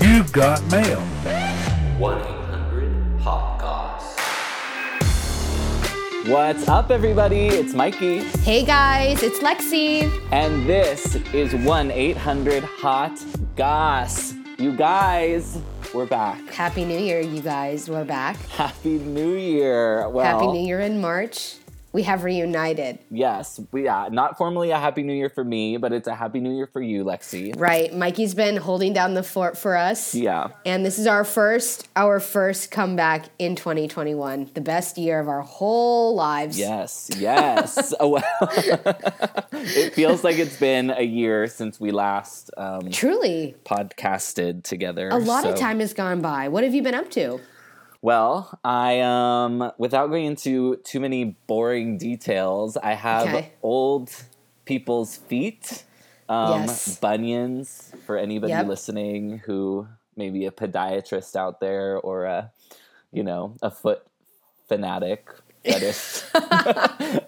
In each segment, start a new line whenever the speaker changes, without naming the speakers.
You've Got Mail.
1 800 Pop Goss.
What's up, everybody? It's Mikey,
Hey guys, it's Lexi.
and this is 1 800 Hot Goss. You guys, we're back.
Happy New Year, you guys. We're back.
Happy New Year. Well,
Happy New Year in March. We have reunited.
Yes, we, yeah, not formally a Happy New Year for me, but it's a Happy New Year for you, Lexi.
Right. Mikey's been holding down the fort for us.
Yeah.
And this is our first our first comeback in 2021. The best year of our whole lives.
Yes, yes. oh, well, it feels like it's been a year since we last um,
Truly.
podcasted together.
A lot of
so-
time has gone by. What have you been up to?
Well, I um without going into too many boring details, I have
Okay.
old people's feet, um,
Yes.
bunions for anybody
Yep.
listening who maybe a podiatrist out there or a you know a foot fanatic fetish.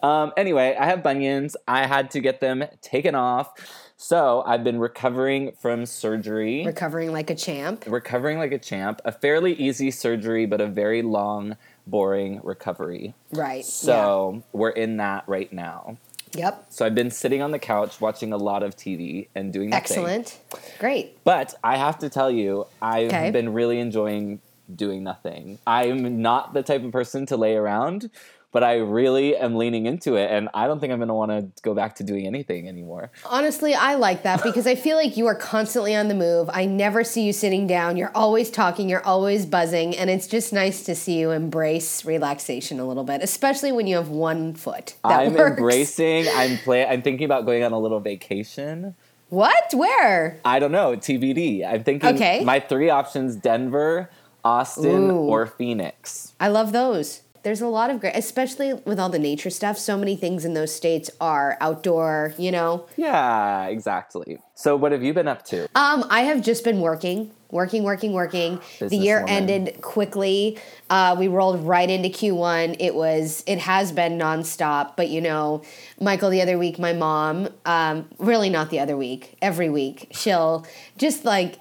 um, anyway, I have bunions. I had to get them taken off, so I've been recovering from surgery
Recovering like a champ.
recovering like a champ, a fairly easy surgery, but a very long, boring recovery.
Right.
So we're in that right now.
yeah. Yep.
So I've been sitting on the couch watching a lot of TV and doing nothing.
Excellent. Great.
But I have to tell you, I've
Okay.
been really enjoying doing nothing. I'm not the type of person to lay around, but I really am leaning into it and I don't think I'm going to want to go back to doing anything anymore.
Honestly, I like that because I feel like you are constantly on the move. I never see you sitting down. You're always talking, you're always buzzing, and it's just nice to see you embrace relaxation a little bit, especially when you have one foot. That
I'm
works.
embracing, I'm play I'm thinking about going on a little vacation.
What? Where?
I don't know. TBD. I'm thinking
Okay.
my three options Denver, Austin,
Ooh.
or Phoenix.
I love those. There's a lot of great, especially with all the nature stuff. So many things in those states are outdoor, you know?
Yeah, exactly. So, what have you been up to?
Um, I have just been working, working, working, working. the year
Businesswoman.
ended quickly. Uh, we rolled right into Q1. It was, it has been nonstop. But you know, Michael, the other week, my mom, um, really not the other week, every week, she'll just like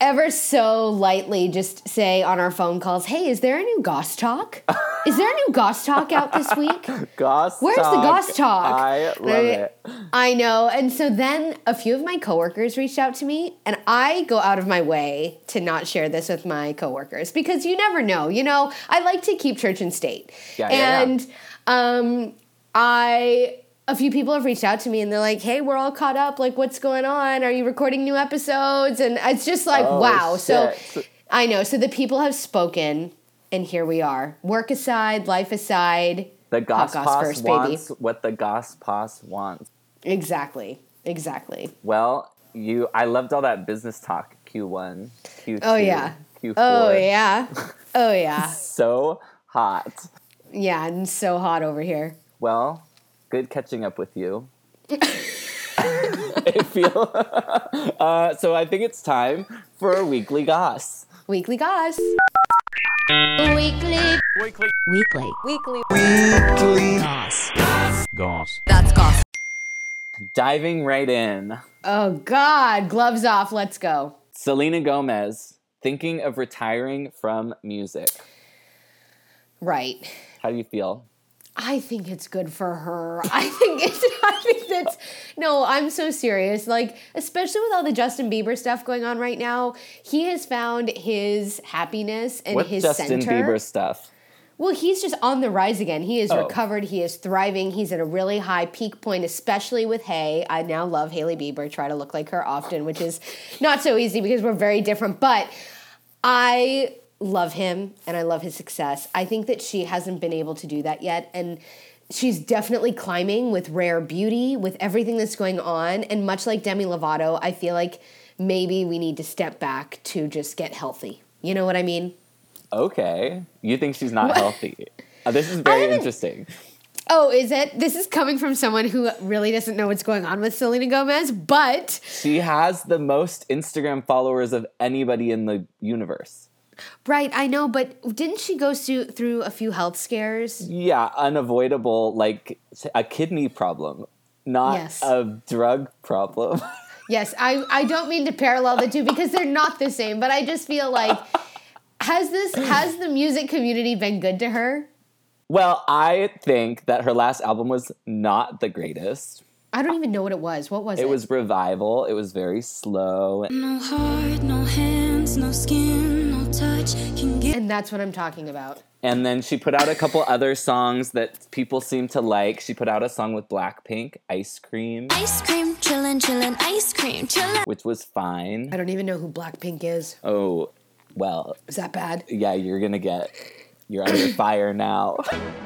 ever so lightly just say on our phone calls, "Hey, is there a new Goss Talk? is there a new Goss Talk out this week?"
Goss.
Where's the
talk.
goss talk?
I love
Right?
it.
I know. And so then a few of my coworkers reached out to me, and I go out of my way to not share this with my coworkers because you never know. You know, I like to keep church and state.
Yeah, yeah, yeah.
and um, I. A few people have reached out to me and they're like, "Hey, we're all caught up. Like, what's going on? Are you recording new episodes?" And it's just like,
Oh,
wow. So
shit.
I know. So the people have spoken, and here we are. Work aside, life aside,
The goss
Oh, goss
pos
first, baby.
wants what the goss pos wants.
Exactly. Exactly.
Well, you. I loved all that business talk. Q one, Q two,
Oh, yeah.
Q four.
Oh yeah. Oh yeah.
So hot.
Yeah, and so hot over here.
Well, good catching up with you. I feel. uh, so I think it's time for a weekly goss.
Weekly goss.
Weekly. Weekly. Weekly.
Goss.
That's gossip.
Diving right in,
Oh god, gloves off, let's go.
Selena Gomez thinking of retiring from music.
Right.
How do you feel?
I think it's good for her. I think it's I think that's no, I'm so serious. Like, especially with all the Justin Bieber stuff going on right now, he has found his happiness and
What
his
Justin
center.
Bieber stuff?
Well, he's just on the rise again. He is
Oh.
recovered. He is thriving. He's at a really high peak point, especially with Hay. I now love Haley Bieber. Try to look like her often, which is not so easy because we're very different. But I love him and I love his success. I think that she hasn't been able to do that yet. And she's definitely climbing with rare beauty, with everything that's going on. And much like Demi Lovato, I feel like maybe we need to step back to just get healthy. You know what I mean?
Okay, you think she's not healthy? Uh, this is very
haven't-
interesting.
Oh, is it? This is coming from someone who really doesn't know what's going on with Selena Gomez, but
She has the most Instagram followers of anybody in the universe.
right, I know, but didn't she go su- through a few health scares?
yeah, unavoidable, like a kidney problem, not
Yes.
a drug problem.
Yes, I, I don't mean to parallel the two because they're not the same, but I just feel like has this has the music community been good to her?
Well, I think that her last album was not the greatest.
I don't even know what it was. What was it?
It was Revival. It was very slow.
No heart, no hands, no skin, no touch can get.
and that's what I'm talking about.
And then she put out a couple other songs that people seem to like. She put out a song with Blackpink, Ice Cream,
Ice cream, chillin', chillin', ice cream, chillin'.
which was fine.
I don't even know who Blackpink is.
Oh, well,
Is that bad?
yeah, you're gonna get, you're under fire now.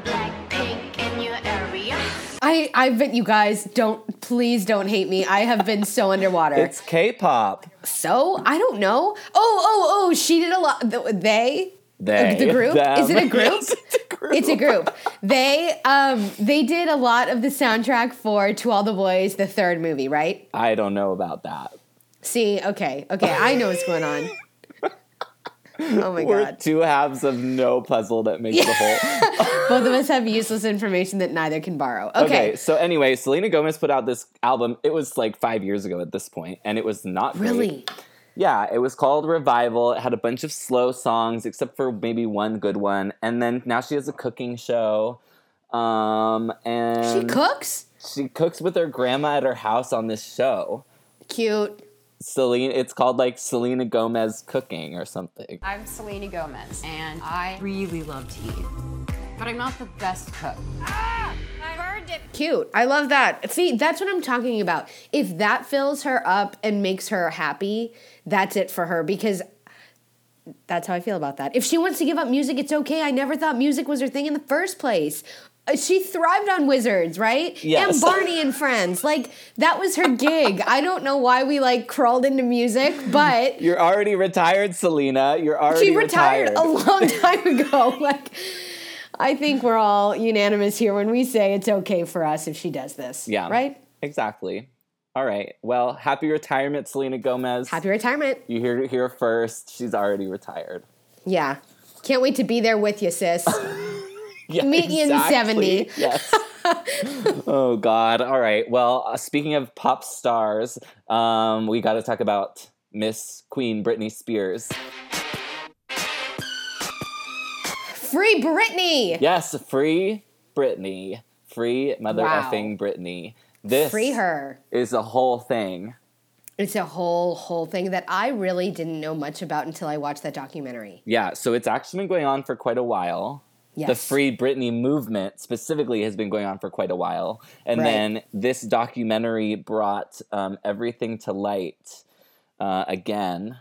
Blackpink in your area.
I I've been you guys don't please don't hate me. I have been so underwater.
It's K pop.
so I don't know. Oh oh oh! She did a lot. th- They
They,
the group
them.
is it a group?
Yes, it's a group.
It's a group. They um they did a lot of the soundtrack for To All the Boys, the third movie, right?
I don't know about that.
See, okay, okay, I know what's going on. Oh my
We're
god!
two halves of no puzzle that makes the whole.
Both of us have useless information that neither can borrow.
Okay.
Okay,
so anyway, Selena Gomez put out this album. It was like five years ago at this point, and it was not great.
really?
Yeah, it was called Revival. It had a bunch of slow songs, except for maybe one good one. And then now she has a cooking show. Um, and
She cooks.
she cooks with her grandma at her house on this show.
Cute.
Selena, it's called like Selena Gomez Cooking or something.
I'm Selena Gomez, and I really love to eat. But I'm not the best cook.
Cute. I love that. See, that's what I'm talking about. If that fills her up and makes her happy, that's it for her because that's how I feel about that. If she wants to give up music, it's okay. I never thought music was her thing in the first place. Uh, She thrived on Wizards, right?
Yes.
And Barney and Friends. Like, that was her gig. I don't know why we, like, crawled into music, but
You're already retired, Selena. You're already
she retired,
retired.
a long time ago. Like, I think we're all unanimous here when we say it's okay for us if she does this.
yeah.
Right?
Exactly. All right. Well, happy retirement, Selena Gomez.
Happy retirement.
You hear it here first. She's already retired.
Yeah. Can't wait to be there with you, sis.
Yeah,
Meet you in the 70.
Yes. oh God. All right. Well, uh, speaking of pop stars, um, we got to talk about Miss Queen Britney Spears.
Free Britney.
Yes, free Britney. Free mother
Wow.
effing Britney. This
Free her.
is a whole thing.
It's a whole whole thing that I really didn't know much about until I watched that documentary.
Yeah. So it's actually been going on for quite a while.
Yes.
the Free Britney movement specifically has been going on for quite a while. And
Right.
then this documentary brought um, everything to light uh, again.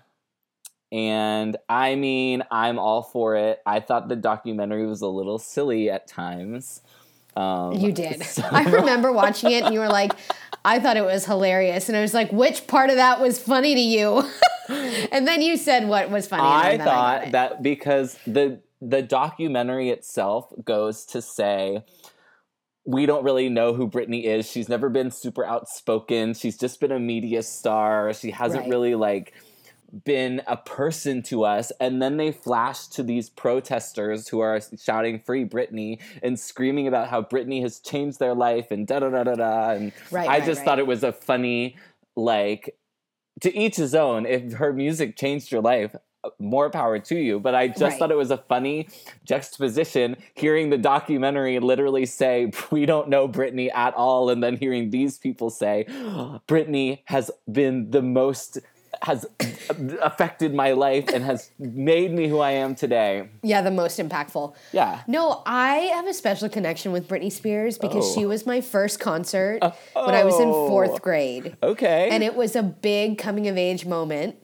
And I mean, I'm all for it. I thought the documentary was a little silly at times. Um,
You did. I remember watching it and you were like, I thought it was hilarious. And I was like, which part of that was funny to you? and then you said what was funny.
I
and then
thought
got it.
that because the the documentary itself goes to say we don't really know who Britney is. She's never been super outspoken. She's just been a media star. She hasn't
Right.
really like been a person to us. And then they flash to these protesters who are shouting "Free Britney" and screaming about how Britney has changed their life and da da da da da. And
Right,
I
right,
just
right.
thought it was a funny like to each his own. If her music changed your life, uh, more power to you. But I just
Right.
thought it was a funny juxtaposition hearing the documentary literally say, We don't know Britney at all. And then hearing these people say, Britney has been the most, has affected my life and has made me who I am today.
yeah, the most impactful.
Yeah.
No, I have a special connection with Britney Spears because
Oh. Uh,
she was my first concert when I was in
Oh.
fourth grade.
Okay.
and it was a big coming of age moment.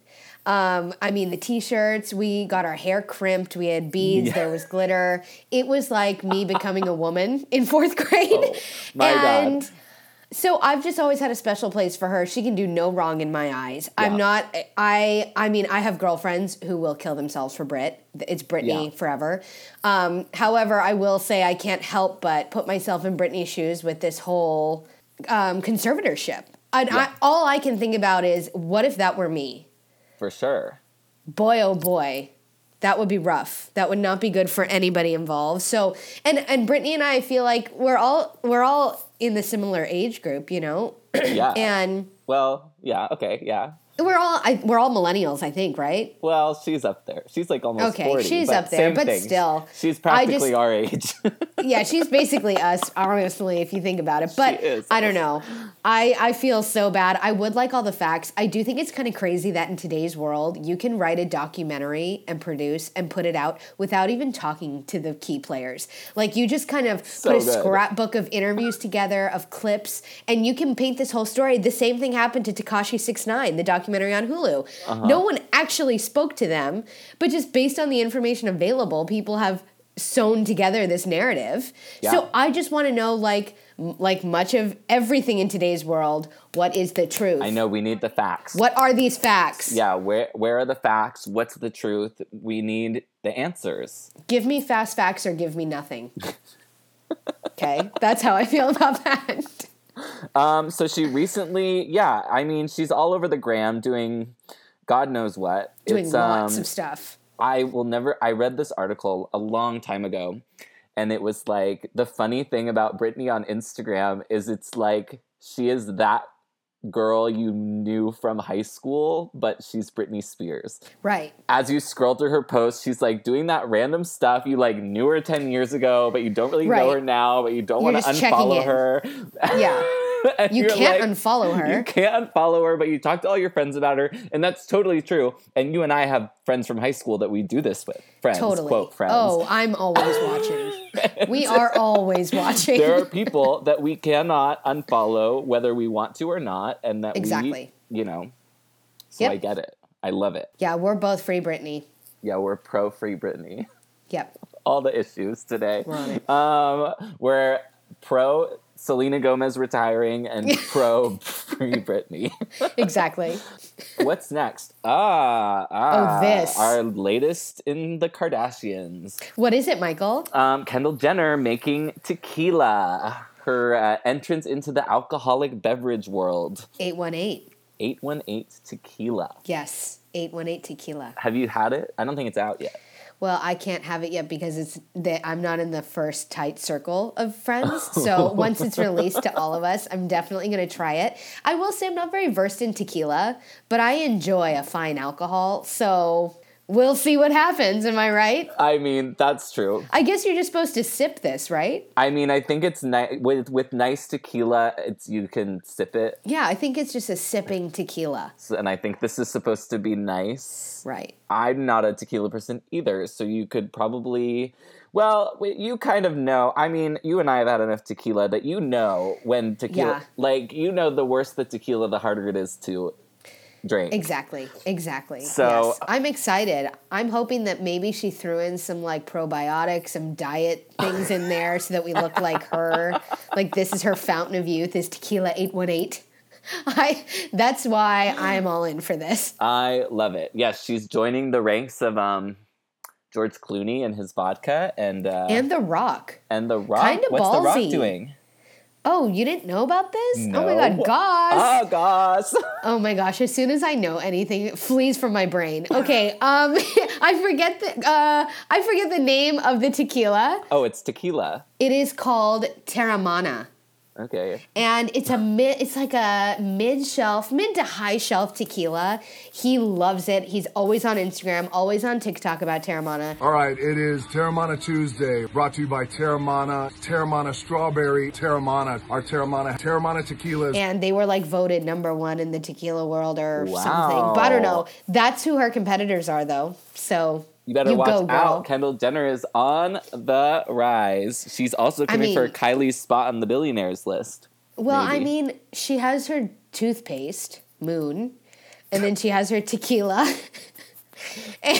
Um, I mean, the t-shirts, we got our hair crimped, we had beads, there was glitter. It was like me becoming a woman in fourth grade.
Oh, my God.
and so I've just always had a special place for her. She can do no wrong in my eyes. I'm
Yeah.
not I I mean, I have girlfriends who will kill themselves for Brit. It's Britney
Yeah.
forever. Um, however, I will say I can't help but put myself in Britney's shoes with this whole um, conservatorship. And I, all I can think about is what if that were me?
For sure.
boy oh boy that would be rough that would not be good for anybody involved so and and brittany and i feel like we're all we're all in the similar age group you know
Yeah.
and
well, Yeah. Okay. Yeah.
We're all I, we're all millennials, I think, right?
Well, she's up there. She's like almost
Okay,
40.
she's
but
up there,
same
but
thing.
still.
She's
I
practically
just-
our age.
Yeah, she's basically us, honestly, if you think about it. But
She is
I don't know. I I feel so bad. I would like all the facts. I do think it's kind of crazy that in today's world, you can write a documentary and produce and put it out without even talking to the key players. Like you just kind of put a
good.
scrapbook of interviews together of clips, and you can paint this whole story. The same thing happened to Takashi Six Nine, the documentary on Hulu.
Uh-huh.
No one actually spoke to them, but just based on the information available, people have sewn together this narrative.
Yeah.
So I just want to know, like, m- like much of everything in today's world, what is the truth?
I know we need the facts.
What are these facts?
Yeah. Where Where are the facts? What's the truth? We need the answers.
Give me fast facts or give me nothing. okay, that's how I feel about that.
Um. So she recently, yeah. I mean, she's all over the gram doing, God knows what.
Doing
It's,
lots
um,
of stuff.
I will never. I read this article a long time ago, and it was like the funny thing about Brittany on Instagram is it's like she is that girl you knew from high school, but she's Britney Spears.
Right.
As you scroll through her posts, she's like doing that random stuff you like knew her ten years ago, but you don't really know
Right.
her now, but you don't
You're
want to
just checking
unfollow
in.
her.
Yeah.
And
You
you're
can't
like-
unfollow her.
you can't follow her, but you talk to all your friends about her, and that's totally true. And you and I have friends from high school that we do this with. Friends,
totally.
quote friends.
Oh, I'm always watching. we are always watching.
There are people that we cannot unfollow whether we want to or not, and that
Exactly.
we, you know. So
Yep.
I get it. I love it.
yeah, we're both free Britney.
Yeah, we're pro free Britney.
Yep.
All the issues today.
We're on it.
Um, we're pro Selena Gomez retiring and pro free Britney.
Exactly.
What's next? Ah, ah,
this.
Our latest in the Kardashians.
What is it, Michael?
Um, Kendall Jenner making tequila. Her uh, entrance into the alcoholic beverage world.
818.
818 tequila.
Yes, 818 tequila.
Have you had it? I don't think it's out yet.
Well, I can't have it yet because it's that I'm not in the first tight circle of friends. So once it's released to all of us, I'm definitely going to try it. I will say I'm not very versed in tequila, but I enjoy a fine alcohol. So we'll see what happens. Am I right?
I mean, that's true.
I guess you're just supposed to sip this, right?
I mean, I think it's nice with with nice tequila. It's you can sip it,
Yeah, I think it's just a sipping tequila.
So- and I think this is supposed to be nice.
Right.
I'm not a tequila person either, so you could probably. Well, w- you kind of know. I mean, you and I have had enough tequila that you know when tequila.
Yeah.
Like, you know, the worse the tequila, the harder it is to drink.
Exactly. Exactly.
So-
yes. I'm excited. I'm hoping that maybe she threw in some like probiotics, some diet things in there so that we look like her. Like this is her fountain of youth is tequila 818. I that's why I'm all in for this.
I love it. Yes, she's joining the ranks of um, George Clooney and his vodka and uh,
And The Rock.
and The Rock.
kinda
What's The Rock
ballsy.
doing?
Oh, you didn't know about this? Oh my
No.
god, gosh.
Oh gosh.
Oh my gosh, as soon as I know anything, it flees from my brain. Okay, um I forget the uh I forget the name of the tequila.
oh, it's tequila.
It is called Terramana.
Okay.
and it's a mid, it's like a mid shelf, mid to high shelf tequila. He loves it. He's always on Instagram, always on TikTok about Terramana.
All right, it is Terramana Tuesday, brought to you by Terramana, Terramana Strawberry, Terramana, our Terramana, Terramana Tequila is
And they were like voted number one in the tequila world or
Wow.
something. But I don't know. That's who her competitors are though. So
You better watch
go, girl.
out. Kendall Jenner is on the rise. She's also coming for
mean-
Kylie's spot on the billionaires list.
Well,
maybe.
I mean, she has her toothpaste, Moon, and then she has her tequila. and,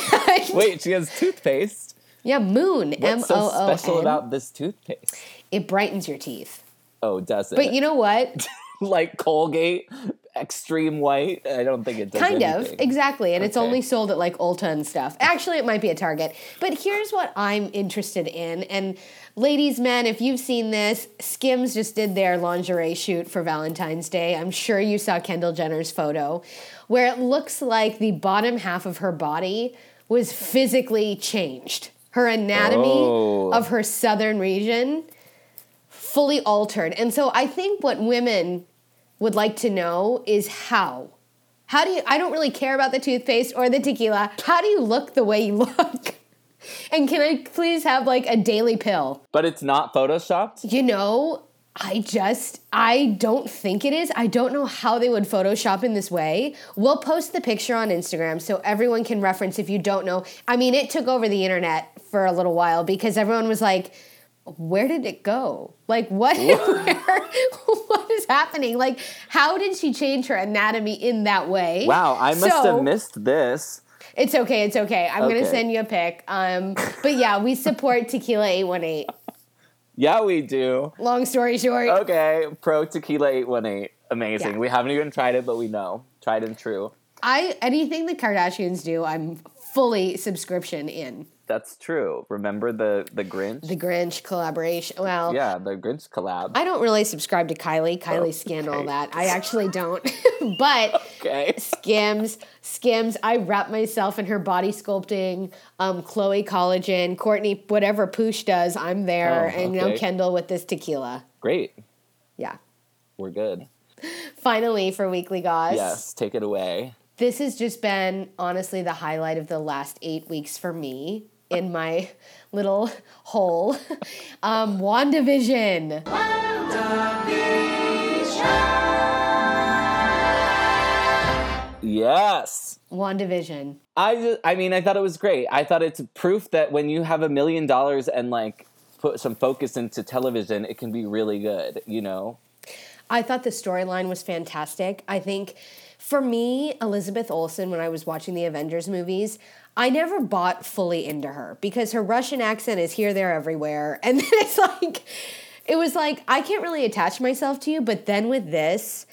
Wait, she has toothpaste.
yeah, Moon. M
What's so
O O
special
N.
about this toothpaste?
It brightens your teeth.
Oh, does it?
But you know what?
like Colgate, Extreme White. I don't think it does.
kind of
anything.
exactly and it's
Okay.
only sold at like ulta and stuff actually it might be a target but here's what i'm interested in and ladies men if you've seen this skims just did their lingerie shoot for valentine's day i'm sure you saw kendall jenner's photo where it looks like the bottom half of her body was physically changed her anatomy
Oh.
of her southern region fully altered and so i think what women would like to know is how. How do you, I don't really care about the toothpaste or the tequila. How do you look the way you look? And can I please have like a daily pill?
But it's not photoshopped.
You know, I just, I don't think it is. I don't know how they would Photoshop in this way. We'll post the picture on Instagram so everyone can reference if you don't know. I mean, it took over the internet for a little while because everyone was like, where did it go? Like, what, where, what is happening? Like, how did she change her anatomy in that way?
Wow, I must
So-
have missed this.
It's okay. It's okay. I'm going
Okay.
to send you a pic. Um, but yeah, we support Tequila 818.
Yeah, we do.
Long story short,
Okay, pro tequila 818. Amazing.
Yeah.
We haven't even tried it, but we know. Tried and true.
I anything the Kardashians do, I'm fully subscription in.
That's true. Remember the the Grinch?
The Grinch collaboration. Well,
yeah, the Grinch collab.
I don't really subscribe to Kylie. Kylie scanned all that. I actually don't. but
okay.
Skims, Skims. I wrap myself in her body sculpting. Um, Chloe collagen, Courtney, whatever Poosh does, I'm there.
Oh,
And now
okay.
Kendall with this tequila.
Great.
Yeah.
We're good.
Finally, for Weekly Goss.
Yes, take it away.
this has just been honestly the highlight of the last eight weeks for me in my little hole. Um, WandaVision.
Yes.
WandaVision.
I ju- I mean, I thought it was great. I thought it's proof that when you have a million dollars and like put some focus into television, it can be really good, you know?
I thought the storyline was fantastic. I think for me, Elizabeth Olsen, when I was watching the Avengers movies, I never bought fully into her because her Russian accent is here, there, everywhere. And then it's like, it was like, I can't really attach myself to you. But then with this,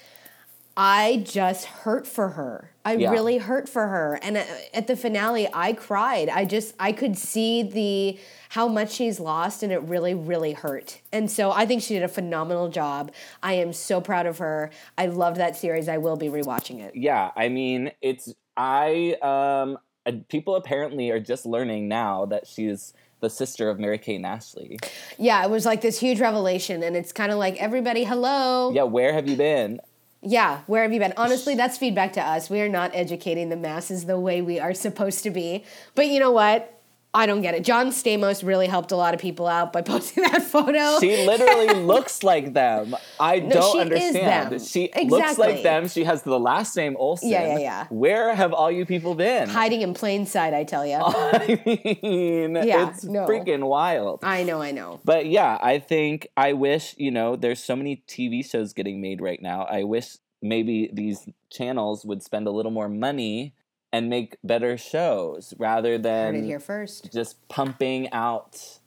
I just hurt for her. I
Yeah.
really hurt for her. And uh, at the finale, I cried. I just, I could see the, how much she's lost and it really, really hurt. And so I think she did a phenomenal job. I am so proud of her. I loved that series. I will be rewatching it.
Yeah, I mean, it's I um uh, people apparently are just learning now that she's the sister of Mary Kate and Ashley.
Yeah, it was like this huge revelation. And it's kind of like, everybody, hello.
Yeah, where have you been?
Yeah, where have you been? Honestly, that's feedback to us. We are not educating the masses the way we are supposed to be. But you know what? I don't get it. John Stamos really helped a lot of people out by posting that photo.
She literally looks like them. I don't
she is
understand.
them.
She looks like
Exactly.
them. She has the last name Olsen.
Yeah, yeah, yeah.
Where have all you people been?
Hiding in plain sight, I tell you.
I mean,
Yeah,
it's
no.
freaking wild.
I know, I know.
But yeah, I think I wish, you know, there's so many TV shows getting made right now. I wish maybe these channels would spend a little more money and make better shows rather
Heard it
than
here first.
just pumping out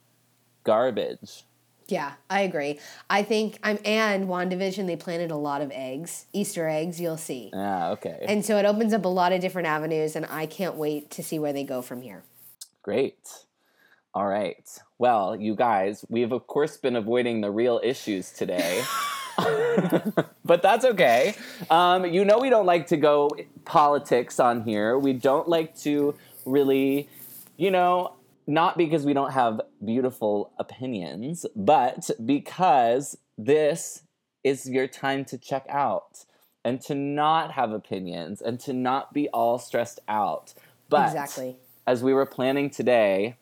garbage.
Yeah, I agree. I think I'm and WandaVision, they planted a lot of eggs, Easter eggs, you'll see.
Ah, okay.
And so it opens up a lot of different avenues, and I can't wait to see where they go from here.
Great. All right. Well, you guys, we've of course been avoiding the real issues today. but that's okay. Um, you know, we don't like to go politics on here. We don't like to really, you know, not because we don't have beautiful opinions, but because this is your time to check out and to not have opinions and to not be all stressed out. But
Exactly.
as we were planning today,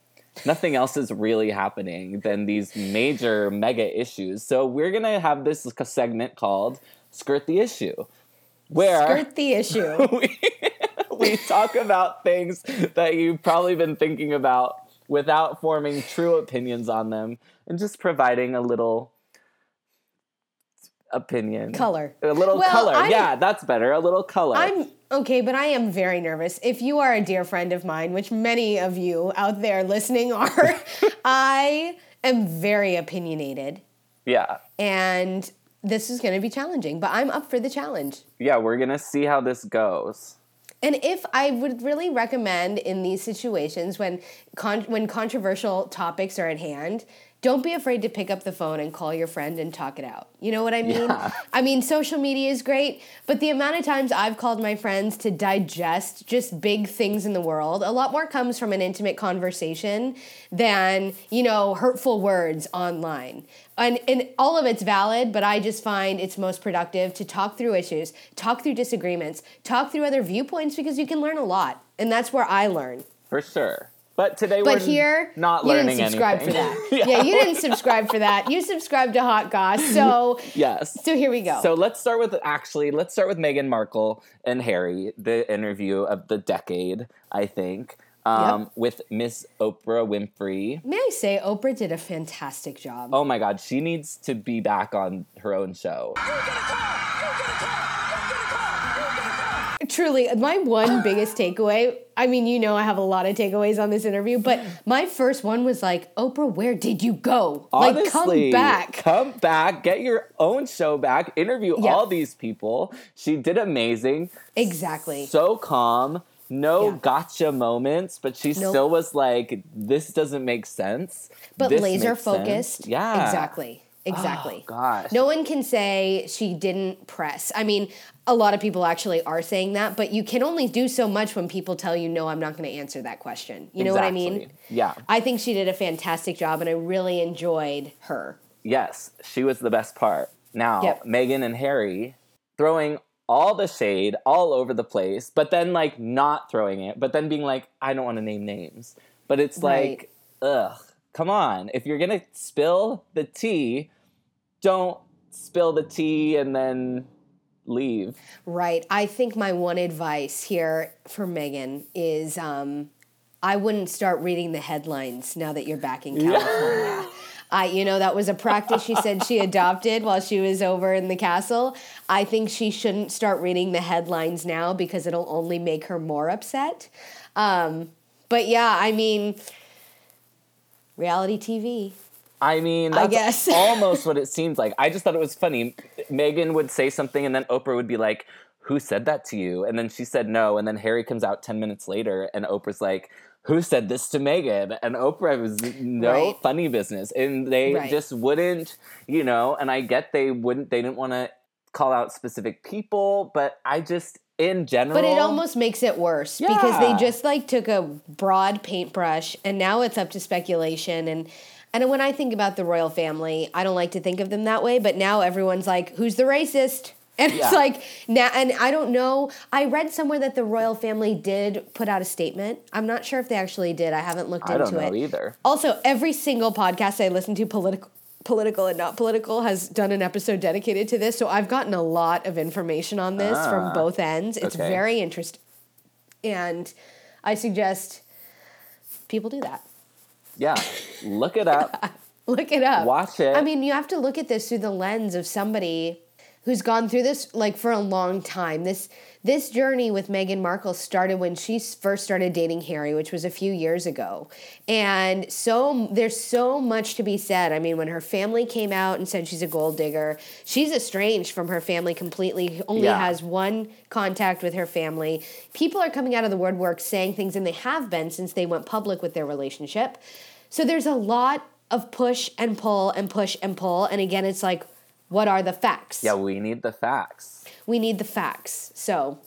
nothing else is really happening than these major mega issues. So we're going to have this segment called Skirt the Issue, where
Skirt the issue.
we talk about things that you've probably been thinking about without forming true opinions on them and just providing a little opinion.
Color.
A little
Well,
color.
I'm-
yeah, that's better. A little color.
I'm okay, but I am very nervous. If you are a dear friend of mine, which many of you out there listening are, I am very opinionated
yeah.
and this is going to be challenging, but I'm up for the challenge.
Yeah, we're going to see how this goes.
And if I would really recommend in these situations when con- when controversial topics are at hand, don't be afraid to pick up the phone and call your friend and talk it out. You know what I mean?
Yeah.
I mean, social media is great, but the amount of times I've called my friends to digest just big things in the world, a lot more comes from an intimate conversation than, you know, hurtful words online. And, and all of it's valid, but I just find it's most productive to talk through issues, talk through disagreements, talk through other viewpoints because you can learn a lot. And that's where I learn.
for sure. But today
But
we're
here,
not
you
learning
didn't subscribe
anything.
for that. yeah. you didn't subscribe for that. You subscribed to Hot Goss. So
yes.
so here we go.
So let's start with actually let's start with Meghan Markle and Harry, the interview of the decade, I think, um,
Yep. Mm-hmm.
with Miss Oprah Winfrey.
May I say, Oprah did a fantastic job.
Oh my God, she needs to be back on her own show.
Truly, my one biggest takeaway. I mean, you know, I have a lot of takeaways on this interview, but my first one was like, Oprah, where did you go? like, come
Honestly,
back.
Come back. Get your own show back. Interview
Yeah.
all these people. She did amazing.
Exactly.
So calm. No
Yeah.
gotcha moments, but she
Nope.
still was like, this doesn't make sense.
but
This
laser
makes sense."
focused.
Yeah. Oh,
Exactly. Exactly.
gosh.
No one can say she didn't press. I mean, a lot of people actually are saying that, but you can only do so much when people tell you, no, I'm not going to answer that question. You know what I mean?
Exactly. Yeah.
I think she did a fantastic job and I really enjoyed her.
Yes, she was the best part. Now,
Yep.
Megan and Harry throwing all the shade all over the place, but then like not throwing it, but then being like, I don't want to name names. But it's like, ugh, come on. If you're going to spill the tea, don't spill the tea and then leave.
Right. I think my one advice here for Megan is um, I wouldn't start reading the headlines now that you're back in California. I, you know, that was a practice she said she adopted while she was over in the castle. I think she shouldn't start reading the headlines now because it'll only make her more upset. Um, but yeah, I mean, reality TV.
I mean,
I
that's
guess.
almost what it seemed like. I just thought it was funny. Megan would say something, and then Oprah would be like, Who said that to you? And then she said no. And then Harry comes out 10 minutes later, and Oprah's like, Who said this to Megan? And Oprah was no
Right.
funny business. And they
Right.
just wouldn't, you know, and I get they wouldn't, they didn't want to call out specific people, but I just, in general.
But it almost makes it worse because
Yeah.
they just like took a broad paintbrush and now it's up to speculation and and when I think about the royal family, I don't like to think of them that way, but now everyone's like, who's the racist? And
Yeah.
it's like now and I don't know. I read somewhere that the royal family did put out a statement. I'm not sure if they actually did. I haven't looked
I
into
don't know
it.
either.
Also, every single podcast I listen to, political, political and not political, has done an episode dedicated to this. So I've gotten a lot of information on this from both ends. It's
okay.
very interesting, and I suggest people do that.
Yeah. Look it up.
Look it up.
Watch it.
I mean, you have to look at this through the lens of somebody who's gone through this like for a long time. This this journey with Meghan Markle started when she s- first started dating Harry, which was a few years ago. And so there's so much to be said. I mean, when her family came out and said she's a gold digger, she's estranged from her family completely. Only
Yeah.
has one contact with her family. People are coming out of the woodwork saying things, and they have been since they went public with their relationship. So there's a lot of push and pull and push and pull. And again, it's like, what are the facts?
yeah, we need the facts.
We need the facts. So,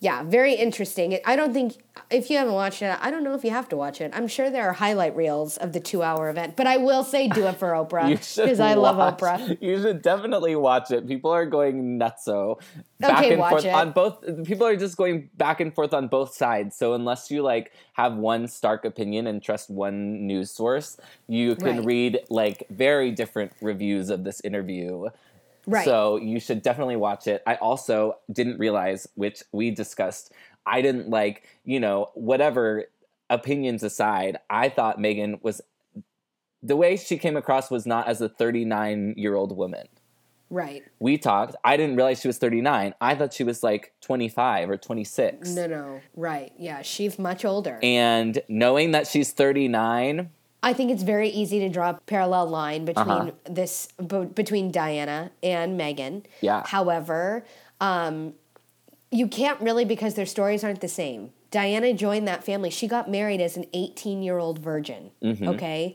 yeah, very interesting. I don't think, if you haven't watched it, I don't know if you have to watch it. I'm sure there are highlight reels of the two hour event, but I will say do it for Oprah
You should
because I love
watch-
Oprah.
You should definitely watch it. People are going nutso back
Okay,
and
watch
forth
it.
on both. People are just going back and forth on both sides. So unless you like have one stark opinion and trust one news source, you can
Right.
read like very different reviews of this interview.
Right.
So you should definitely watch it. I also didn't realize, which we discussed, I didn't like, you know, whatever opinions aside, I thought Megan was the way she came across was not as a 39 year old woman.
Right.
We talked, I didn't realize she was 39. I thought she was like 25 or 26.
No, no. Right. Yeah, she's much older.
And knowing that she's 39,
I think it's very easy to draw a parallel line between this b- between Diana and Megan.
Yeah.
However, um, you can't really because their stories aren't the same. Diana joined that family. She got married as an 18 year old virgin. Okay.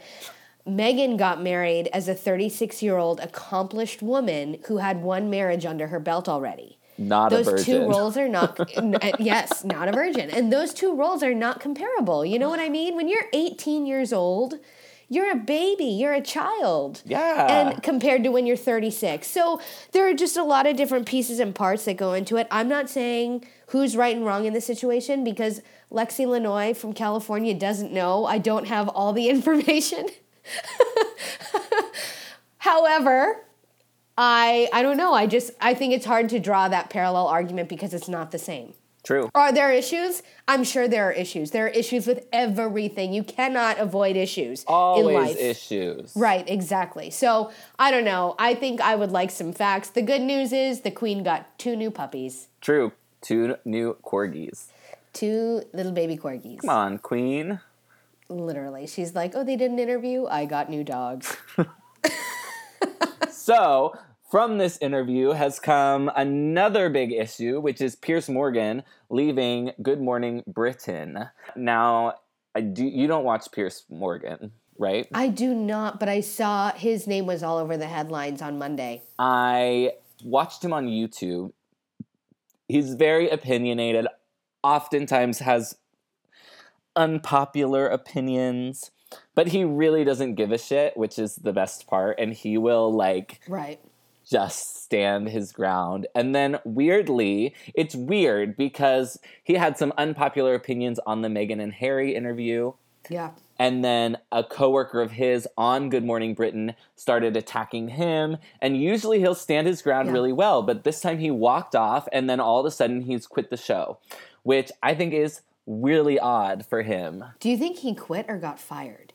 Megan got married as a 36 year old accomplished woman who had one marriage under her belt already.
Not a
Those
virgin.
two roles are not, n- uh, yes, not a virgin. And those two roles are not comparable. You know what I mean? When you're 18 years old, you're a baby, you're a child.
Yeah.
And compared to when you're 36. So there are just a lot of different pieces and parts that go into it. I'm not saying who's right and wrong in this situation because Lexi Lanois from California doesn't know. I don't have all the information. However, I I don't know. I just I think it's hard to draw that parallel argument because it's not the same.
True.
Are there issues? I'm sure there are issues. There are issues with everything. You cannot avoid issues in
Always
life.
issues.
Right, exactly. So I don't know. I think I would like some facts. The good news is the queen got two new puppies,
True. Two new corgis.
two little baby corgis.
Come on, Queen.
Literally, she's like, "Oh, they did an interview. I got new dogs."
So, from this interview has come another big issue, which is Pierce Morgan leaving Good Morning Britain. Now, I do, you don't watch Pierce Morgan, right?
I do not, but I saw his name was all over the headlines on Monday.
I watched him on YouTube. He's very opinionated, oftentimes has unpopular opinions, but he really doesn't give a shit, which is the best part. And he will, like,
Right.
just stand his ground. And then weirdly, it's weird because he had some unpopular opinions on the Meghan and Harry interview.
Yeah.
And then a coworker of his on Good Morning Britain started attacking him. And usually he'll stand his ground
Yeah.
really well, but this time he walked off and then all of a sudden he's quit the show, which I think is really odd for him.
Do you think he quit or got fired?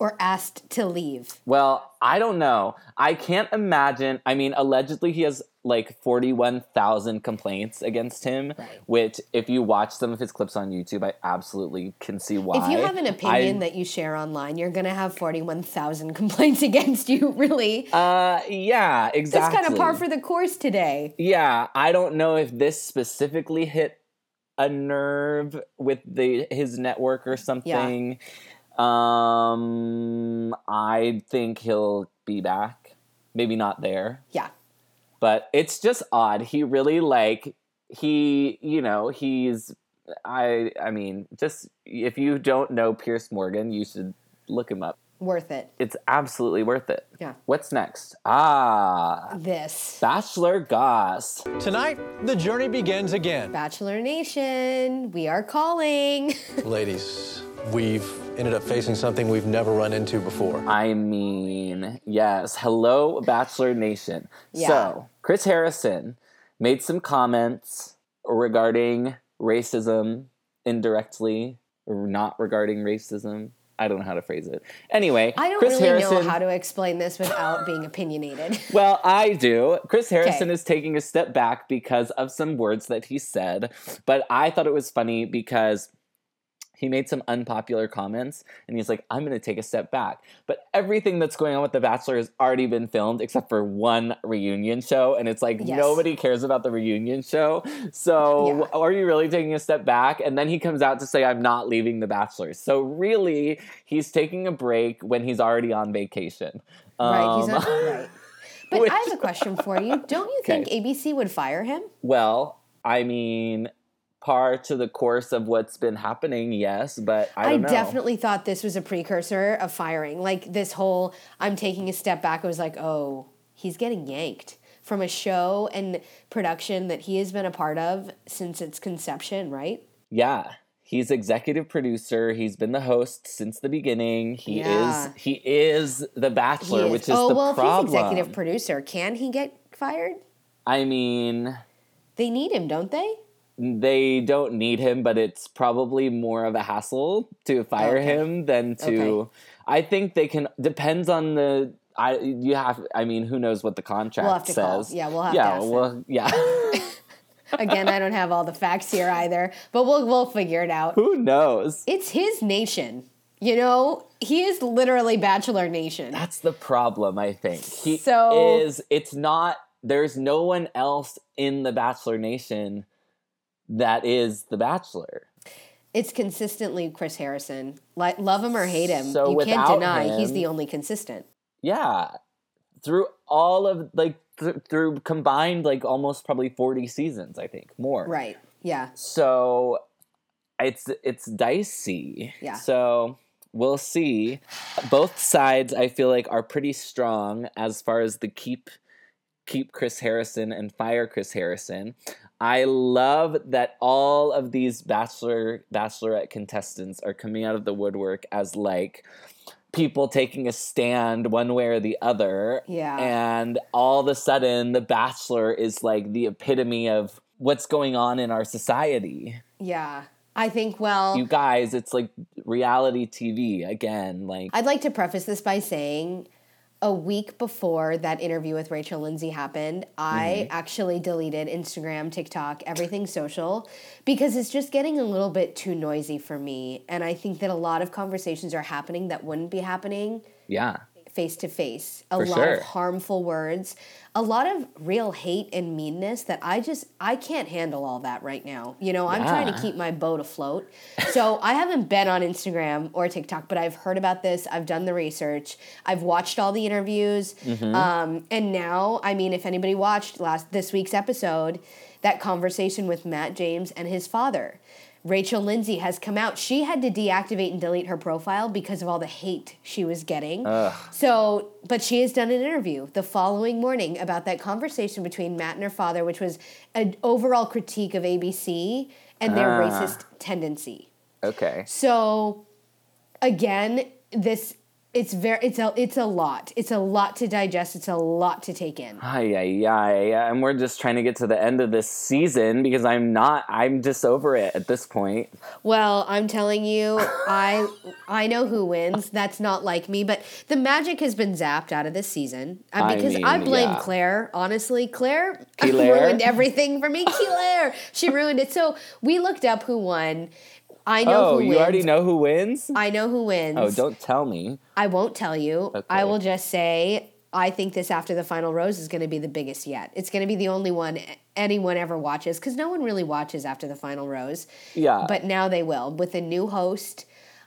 Or asked to leave?
Well, I don't know. I can't imagine. I mean, allegedly he has like 41,000 complaints against him, which if you watch some of his clips on YouTube, I absolutely can see why.
If you have an opinion that you share online, you're going to have 41,000 complaints against you, really.
uh yeah,
That's
exactly.
kind of par for the course today.
Yeah, I don't know if this specifically hit a nerve with the his network or something. Um I think he'll be back. Maybe not there.
Yeah.
but it's just odd he really like he you know he's i i mean just if you don't know pierce morgan you should look him up
Worth it.
it's absolutely worth it
Yeah.
what's next ah
This
bachelor goss
Tonight, the journey begins again.
Bachelor Nation, we are calling.
Ladies, we've ended up facing something we've never run into before.
i mean yes hello bachelor nation
Yeah.
so chris harrison made some comments regarding racism indirectly or not regarding racism i don't know how to phrase it anyway
I don't
chris
really
harrison
know how to explain this without being opinionated.
well i do chris harrison
Okay.
is taking a step back because of some words that he said but i thought it was funny because he made some unpopular comments and he's like i'm going to take a step back but everything that's going on with the bachelor has already been filmed except for one reunion show and it's like
Yes.
nobody cares about the reunion show so
Yeah.
are you really taking a step back and then he comes out to say i'm not leaving the bachelor so really he's taking a break when he's already on vacation
right. He's
Um,
not right. But
which-
I have a question for you. Don't you think
Okay.
ABC would fire him?
Well, I mean, par to the course of what's been happening, yes, but I don't know.
definitely thought this was a precursor of firing. Like this whole I'm taking a step back. I was like, oh, he's getting yanked from a show and production that he has been a part of since its conception, right?
Yeah. He's executive producer. He's been the host since the beginning. He
Yeah.
is he is the
He
bachelor,
is-
which is
oh
the
well,
problem.
if he's executive producer, can he get fired?
I mean,
They need him, don't they?
they don't need him, but it's probably more of a hassle to fire
Okay.
him than to.
Okay.
I think they can. Depends on the. I you have. I mean, who knows what the contract
have to call.
says?
Yeah, we'll have to
Yeah,
ask them.
well, yeah.
Again, I don't have all the facts here either, but we'll we'll figure it out.
who knows?
It's his nation. You know, he is literally Bachelor Nation.
That's the problem, I think. He
So-
is it's not there's no one else in the Bachelor Nation that is the Bachelor.
It's consistently Chris Harrison. Like, love him or hate him,
So
you can't
without
deny he's
him-
the only consistent.
yeah through all of like th- through combined like almost probably 40 seasons i think more
Right. Yeah.
so it's it's dicey
Yeah.
so we'll see both sides i feel like are pretty strong as far as the keep keep chris harrison and fire chris harrison i love that all of these bachelor bachelorette contestants are coming out of the woodwork as like people taking a stand one way or the other
Yeah.
and all of a sudden the bachelor is like the epitome of what's going on in our society
Yeah. I think, well,
you guys it's like reality tv again like
I'd like to preface this by saying a week before that interview with Rachel Lindsay happened,
Mm-hmm.
I actually deleted Instagram, TikTok, everything social because it's just getting a little bit too noisy for me. And I think that a lot of conversations are happening that wouldn't be happening
yeah
face to face. A
For
lot
sure.
of harmful words, a lot of real hate and meanness that I just I can't handle all that right now. You know, I'm trying to
Yeah.
keep my boat afloat. So I haven't been on Instagram or TikTok, but I've heard about this. I've done the research. I've watched all the interviews.
Mm-hmm.
Um, and now, I mean, if anybody watched last this week's episode, that conversation with Matt James and his father. Rachel Lindsay has come out. She had to deactivate and delete her profile because of all the hate she was getting. So, but she has done an interview the following morning about that conversation between Matt and her father, which was an overall critique of ABC and their racist tendency.
okay
So, again, this it's very it's a it's a lot. It's a lot to digest. It's a lot to take in.
Ay, ay, ay. And we're just trying to get to the end of this season because I'm not, I'm just over it at this point.
Well, I'm telling you, I I know who wins. That's not like me, but the magic has been zapped out of this season Uh,
I
because I,
mean,
blame
yeah.
Claire. Honestly, Claire
Claire?
ruined everything for me. Claire, she ruined it. So we looked up who won. I know
oh,
who
you
wins.
already know who wins?
I know who wins.
Oh, don't tell me.
I won't tell you. I
Okay.
will just say I think this after the final rose is going to be the biggest yet. It's going to be the only one anyone ever watches because no one really watches after the final rose.
Yeah.
But now they will with a new host.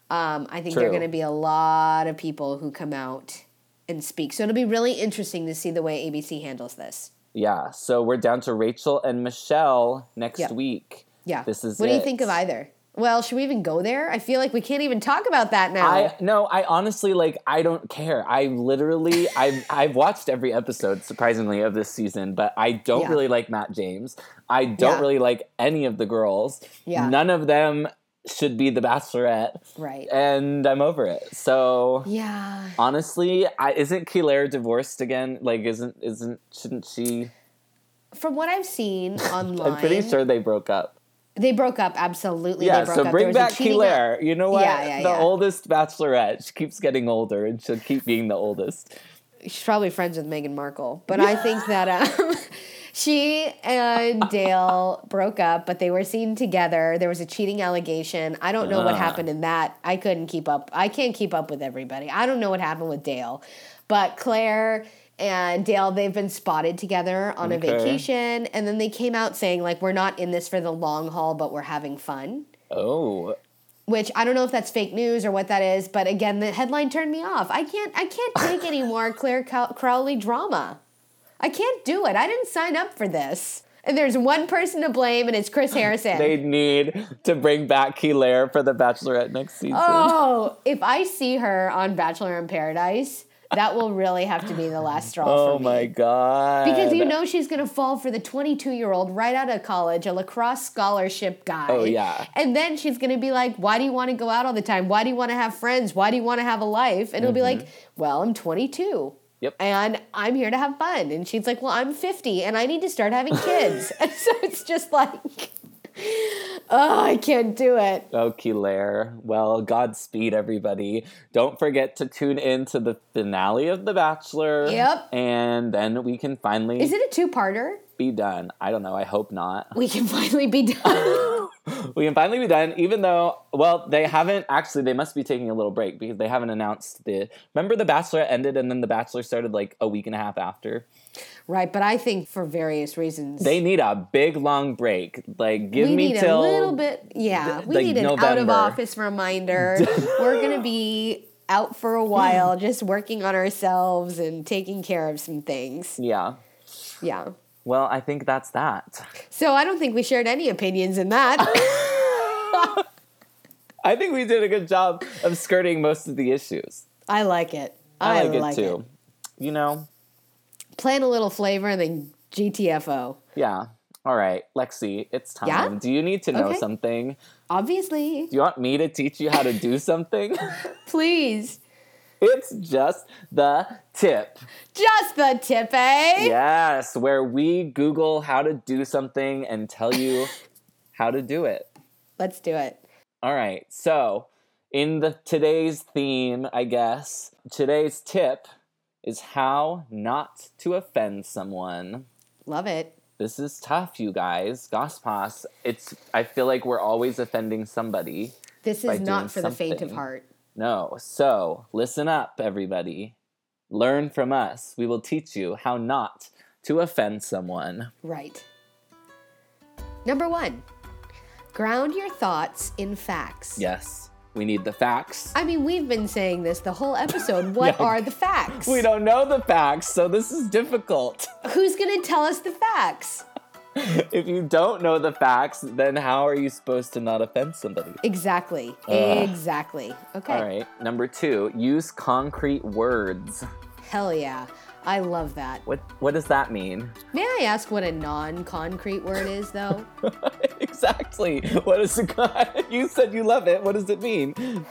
Um, I think there are
True.
going to be a lot of people who come out and speak. So it'll be really interesting to see the way ABC handles this.
Yeah. So we're down to Rachel and Michelle next
Yeah.
week.
Yeah.
This is
What do you
it.
think of either? Well, should we even go there? I feel like we can't even talk about that now.
I no, I honestly like I don't care. I literally I've I've watched every episode, surprisingly, of this season, but I don't
Yeah.
really like Matt James. I don't
Yeah.
really like any of the girls.
Yeah.
None of them should be the Bachelorette.
Right.
And I'm over it. So
yeah.
honestly, I, isn't Kilaire divorced again? Like isn't isn't shouldn't she
From what I've seen online,
I'm pretty sure they broke up.
They broke up, absolutely.
Yeah,
they broke
so
up.
bring
there
back
was a cheating-
Kilaire. You know what?
Yeah, yeah,
the
yeah.
oldest bachelorette. She keeps getting older and she'll keep being the oldest.
She's probably friends with Meghan Markle, but I think that um, she and Dale broke up, but they were seen together. There was a cheating allegation. I don't know what happened in that. I couldn't keep up. I can't keep up with everybody. I don't know what happened with Dale, but Claire and Dale they've been spotted together on
Okay.
a vacation, and then they came out saying like we're not in this for the long haul, but we're having fun.
Oh.
which I don't know if that's fake news or what that is, but again, the headline turned me off. I can't, I can't take any more Claire Cow- Crowley drama. I can't do it. I didn't sign up for this. And there's one person to blame, and it's Chris Harrison.
They need to bring back Kilaire for the Bachelorette next season.
oh, if I see her on Bachelor in Paradise, that will really have to be the last straw
Oh
for me.
my god.
Because you know she's gonna fall for the 22 year old right out of college, a lacrosse scholarship guy.
Oh, yeah.
And then she's gonna be like, "Why do you want to go out all the time? Why do you want to have friends? Why do you want to have a life?" And he'll be like, "Well, I'm 22."
Mm-hmm. Yep.
And I'm here to have fun. And she's like, Well, I'm 50 and I need to start having kids. and so it's just like, Oh, I can't do it.
Oh, Kilaire. Well, Godspeed, everybody. Don't forget to tune in to the finale of The Bachelor.
Yep.
And then we can finally
Is it a two parter?
be done. I don't know. I hope not.
We can finally be done.
we can finally be done, even though, well, they haven't actually, they must be taking a little break because they haven't announced the. Remember, The Bachelor ended and then The Bachelor started like a week and a half after?
Right, but I think for various reasons.
They need a big long break. Like, give
we
me
need
till.
a little bit. Yeah, we
like
need an out of
November.
office reminder. We're gonna be out for a while, just working on ourselves and taking care of some things.
Yeah.
Yeah.
Well, I think that's that.
So I don't think we shared any opinions in that.
I think we did a good job of skirting most of the issues.
I like it.
I like, it too. You know?
Plan a little flavor and then GTFO.
Yeah. All right, Lexi, it's time.
Yeah?
Do you need to know
Okay.
something?
Obviously,
Do you want me to teach you how to do something?
please.
it's just the tip.
Just the tip, eh?
Yes, where we Google how to do something and tell you how to do it.
Let's do it.
All right. So, in the today's theme, I guess, today's tip is how not to offend someone.
Love it.
This is tough, you guys. Gospas, it's I feel like we're always offending somebody.
This
By
is not
doing
for the faint of
something.
heart.
No. So, listen up everybody. Learn from us. We will teach you how not to offend someone.
Right. Number one, ground your thoughts in facts.
Yes. We need the facts.
I mean, we've been saying this the whole episode. What
Yeah.
are the facts?
We don't know the facts, so this is difficult.
Who's going to tell us the facts?
if you don't know the facts, then how are you supposed to not offend somebody?
Exactly. Exactly. Okay.
Uh. All right. Number two, use concrete words.
Hell yeah. I love that.
What what does that mean?
May I ask what a non concrete word is, though?
exactly. What is it? you said you love it. What does it mean?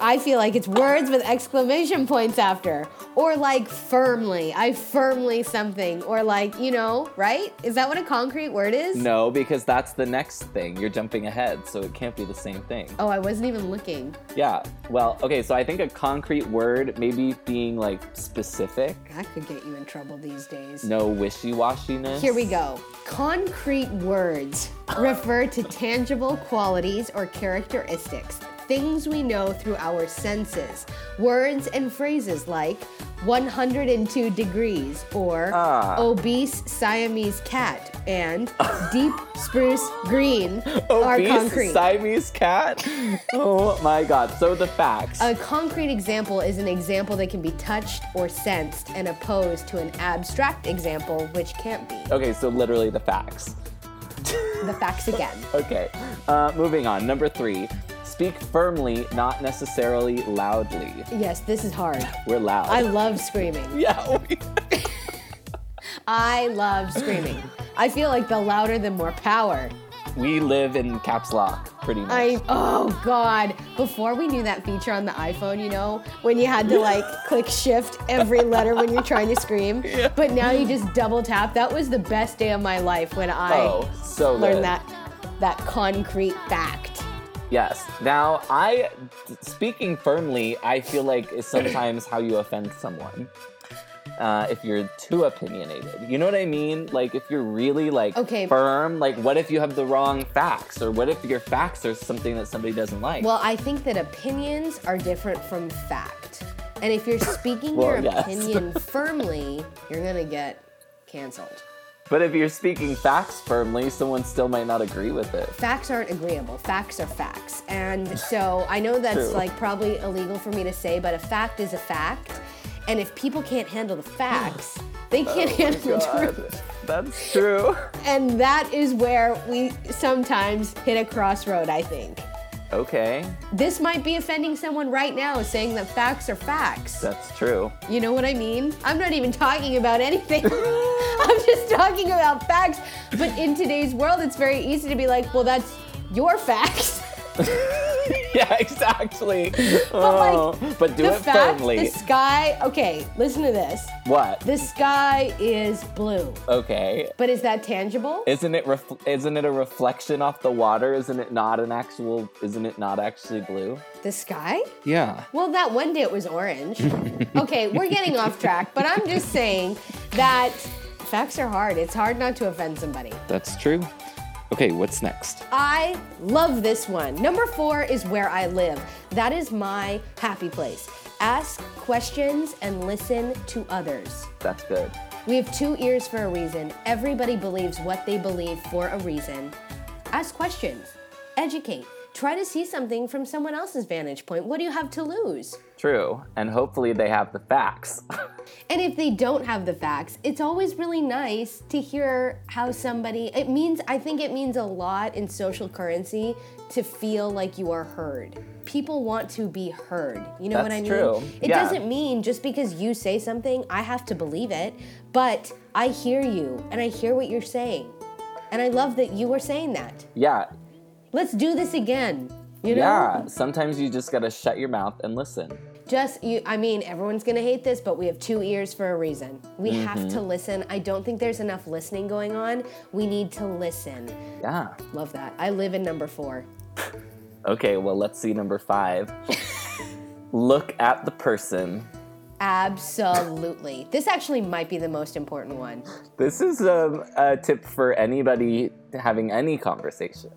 I feel like it's words with exclamation points after. Or like firmly. I firmly something. Or like, you know, right? Is that what a concrete word is?
No, because that's the next thing. You're jumping ahead, so it can't be the same thing.
Oh, I wasn't even looking.
Yeah. Well, okay, so I think a concrete word maybe being like specific.
That could get you in trouble these days.
No wishy-washiness.
Here we go. Concrete words refer to tangible qualities or characteristics, things we know through our senses. Words and phrases like 102 degrees or
Ah.
obese Siamese cat and deep spruce green are
Obese
concrete.
Siamese cat. oh my god. So the facts.
A concrete example is an example that can be touched or sensed and opposed to an abstract example which can't be.
Okay, so literally the facts.
The facts again.
Okay, uh, moving on. Number three, speak firmly, not necessarily loudly.
Yes, this is hard.
We're loud.
I love screaming.
yeah, we-
I love screaming. I feel like the louder, the more power.
we live in caps lock, pretty much.
I, oh God. Before we knew that feature on the iPhone, you know, when you had to like click shift every letter when you're trying to scream. But now you just double tap. That was the best day of my life when I
oh, so
learned
good.
that, that concrete fact.
Yes. Now, I speaking firmly, I feel like is sometimes how you offend someone. Uh, if you're too opinionated, you know what I mean. Like if you're really like
Okay.
firm, like what if you have the wrong facts, or what if your facts are something that somebody doesn't like?
Well, I think that opinions are different from fact. And if you're speaking
Well,
your
yes.
opinion firmly, you're gonna get canceled.
But if you're speaking facts firmly, someone still might not agree with it.
facts aren't agreeable. Facts are facts. And so I know that's
True.
like probably illegal for me to say, but a fact is a fact. And if people can't handle the facts, they can't handle the truth.
That's true.
And that is where we sometimes hit a crossroad, I think.
Okay,
This might be offending someone right now saying that facts are facts.
that's true.
You know what I mean? I'm not even talking about anything. I'm just talking about facts. But in today's world, it's very easy to be like, well, that's your facts.
yeah, exactly. But,
like,
but do
the
it
fact,
firmly.
The sky, okay, listen to this.
what?
The sky is blue,
okay.
but is that tangible?
Isn't it ref- isn't it a reflection off the water? Isn't it not an actual isn't it not actually blue?
the sky?
Yeah.
Well, that one day it was orange. okay, we're getting off track, but I'm just saying that facts are hard. It's hard not to offend somebody.
That's true. Okay, what's next?
I love this one. Number four is where I live. That is my happy place. Ask questions and listen to others.
That's good.
We have two ears for a reason. Everybody believes what they believe for a reason. Ask questions, educate, try to see something from someone else's vantage point. What do you have to lose?
True. And hopefully they have the facts.
And if they don't have the facts, it's always really nice to hear how somebody, it means, I think it means a lot in social currency to feel like you are heard. People want to be heard. You know what
That's
I mean?
true.
It
Yeah.
doesn't mean just because you say something, I have to believe it, but I hear you and I hear what you're saying. And I love that you were saying that.
yeah.
Let's do this again. You know?
Yeah. Sometimes you just gotta shut your mouth and listen.
just you i mean everyone's gonna hate this but we have two ears for a reason we have to listen i don't think there's enough listening going on we need to listen
Yeah.
love that i live in number four
Okay, well, let's see number five. Look at the person.
absolutely this actually might be the most important one
This is a, a tip for anybody having any conversation,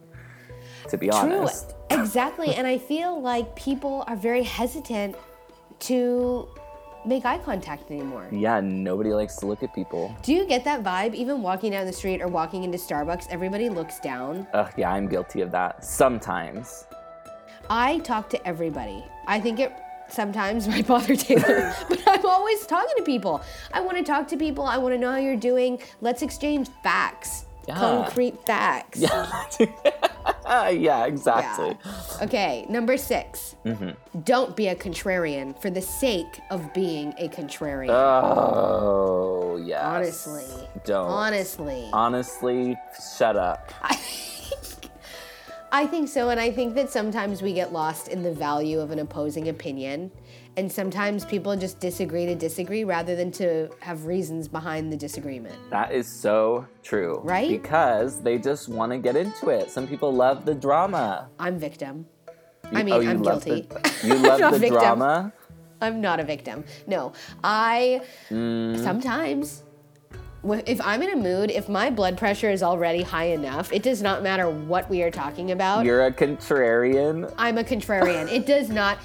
to be honest.
True, exactly. and I feel like people are very hesitant to make eye contact anymore.
Yeah, nobody likes to look at people.
Do you get that vibe? Even walking down the street or walking into Starbucks, everybody looks down.
Ugh, yeah, I'm guilty of that sometimes.
I talk to everybody. I think it sometimes might bother Taylor, but I'm always talking to people. I want to talk to people. I want to know how you're doing. Let's exchange facts,
Yeah.
concrete facts.
Ah, yeah, exactly. Mm-hmm.
Okay, number 6 do Don't be a contrarian for the sake of being a contrarian.
Oh, yes.
honestly.
Uh, Don't.
Honestly.
Honestly, shut up.
I think so, and I think that sometimes we get lost in the value of an opposing opinion, and sometimes people just disagree to disagree rather than to have reasons behind the disagreement.
That is so true.
Right?
Because they just want to get into it. Some people love the drama.
I'm victim.
You-
I mean,
oh, you
I'm
love
guilty.
The, you
I'm
love
not
the
victim.
drama?
I'm not a victim. No, I sometimes. wh- If I'm in a mood, if my blood pressure is already high enough, it does not matter what we are talking about.
You're a contrarian.
I'm a contrarian. it does not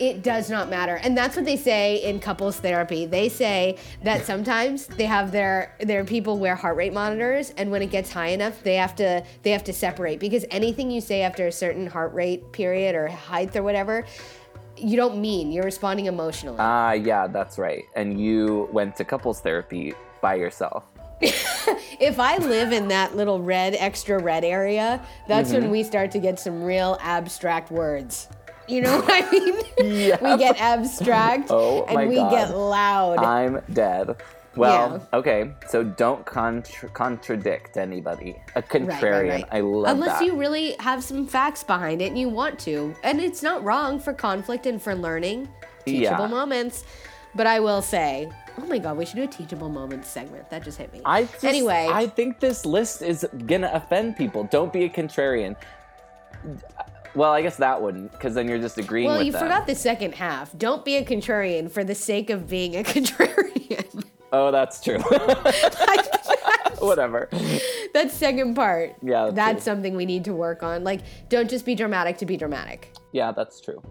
it does not matter. And that's what they say in couples therapy. They say that sometimes they have their their people wear heart rate monitors and when it gets high enough, they have to they have to separate because anything you say after a certain heart rate period or height or whatever, you don't mean. You're responding emotionally.
Ah, yeah, that's right. And you went to couples therapy by yourself.
if I live in that little red, extra red area, that's
Mm-hmm.
when we start to get some real abstract words. You know what I mean?
Yeah.
we get abstract
Oh my
and we
God.
get loud.
I'm dead. Well, okay, so don't contr contradict anybody. A contrarian.
Right, right, right.
I love
Unless
that.
you really have some facts behind it and you want to. And it's not wrong for conflict and for learning teachable
Yeah.
moments. But I will say, oh my God, we should do a teachable moments segment. That just hit me.
I just,
anyway,
I think this list is gonna offend people. Don't be a contrarian. Well, I guess that wouldn't, because then you're just agreeing
well,
with
you
them.
forgot the second half. Don't be a contrarian for the sake of being a contrarian.
Oh, that's true. Whatever.
that second part.
Yeah, that's
That's,
true.
something we need to work on. Like, don't just be dramatic to be dramatic.
Yeah, that's true.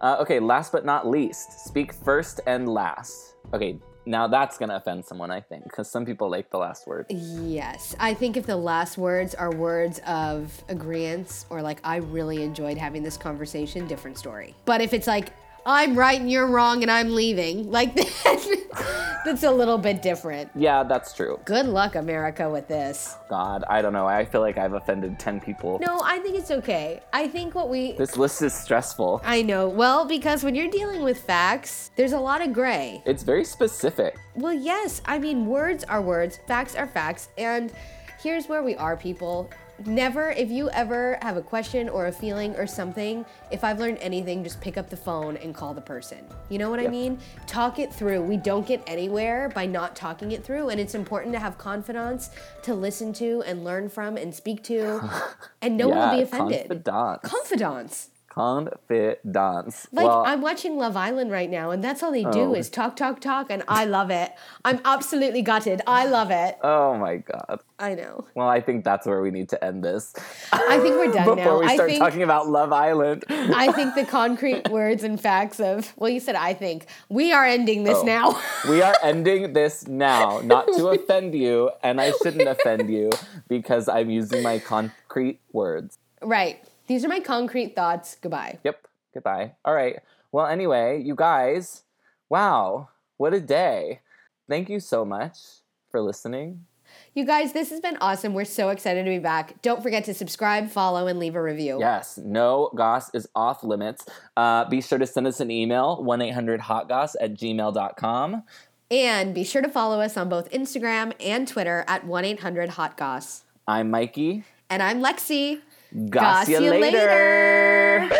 Uh, okay, last but not least, speak first and last. Okay, now that's gonna offend someone, I think, because some people like the last word.
Yes. I think if the last words are words of agreement or like, I really enjoyed having this conversation, different story. But if it's like, I'm right and you're wrong and I'm leaving, like, that's a little bit different.
Yeah, that's true.
Good luck, America, with this.
God, I don't know. I feel like I've offended 10 people.
No, I think it's okay. I think what we
This list is stressful.
I know. Well, because when you're dealing with facts, there's a lot of gray.
It's very specific.
Well, yes, I mean, words are words, facts are facts. And here's where we are, people. Never, if you ever have a question or a feeling or something, if I've learned anything, just pick up the phone and call the person. You know what I mean? Talk it through. We don't get anywhere by not talking it through. And it's important to have confidants to listen to and learn from and speak to. And no one will be
Yeah,
offended.
confidants.
Confidants.
Confidence.
Like
well, Oh.
I'm watching Love Island right now, and that's all they do is talk, talk, talk, and I love it. I'm absolutely gutted. I love it.
oh my god.
I know.
Well, I think that's where we need to end this
I think we're done
before
now.
we
I
start
think
talking about Love Island.
I think the concrete words and facts of well, you said I think we are ending this
Oh.
now.
we are ending this now, not to offend you, and I shouldn't offend you because I'm using my concrete words.
right. These are my concrete thoughts. Goodbye.
Yep. Goodbye. All right. Well, anyway, you guys, wow, what a day. Thank you so much for listening.
You guys, this has been awesome. We're so excited to be back. Don't forget to subscribe, follow, and leave a review.
Yes, no goss is off limits. Uh, be sure to send us an email, 1 800 hotgoss at gmail.com.
And be sure to follow us on both Instagram and Twitter at 1 800 Hot Goss.
I'm Mikey.
And I'm Lexi.
Goss, you later.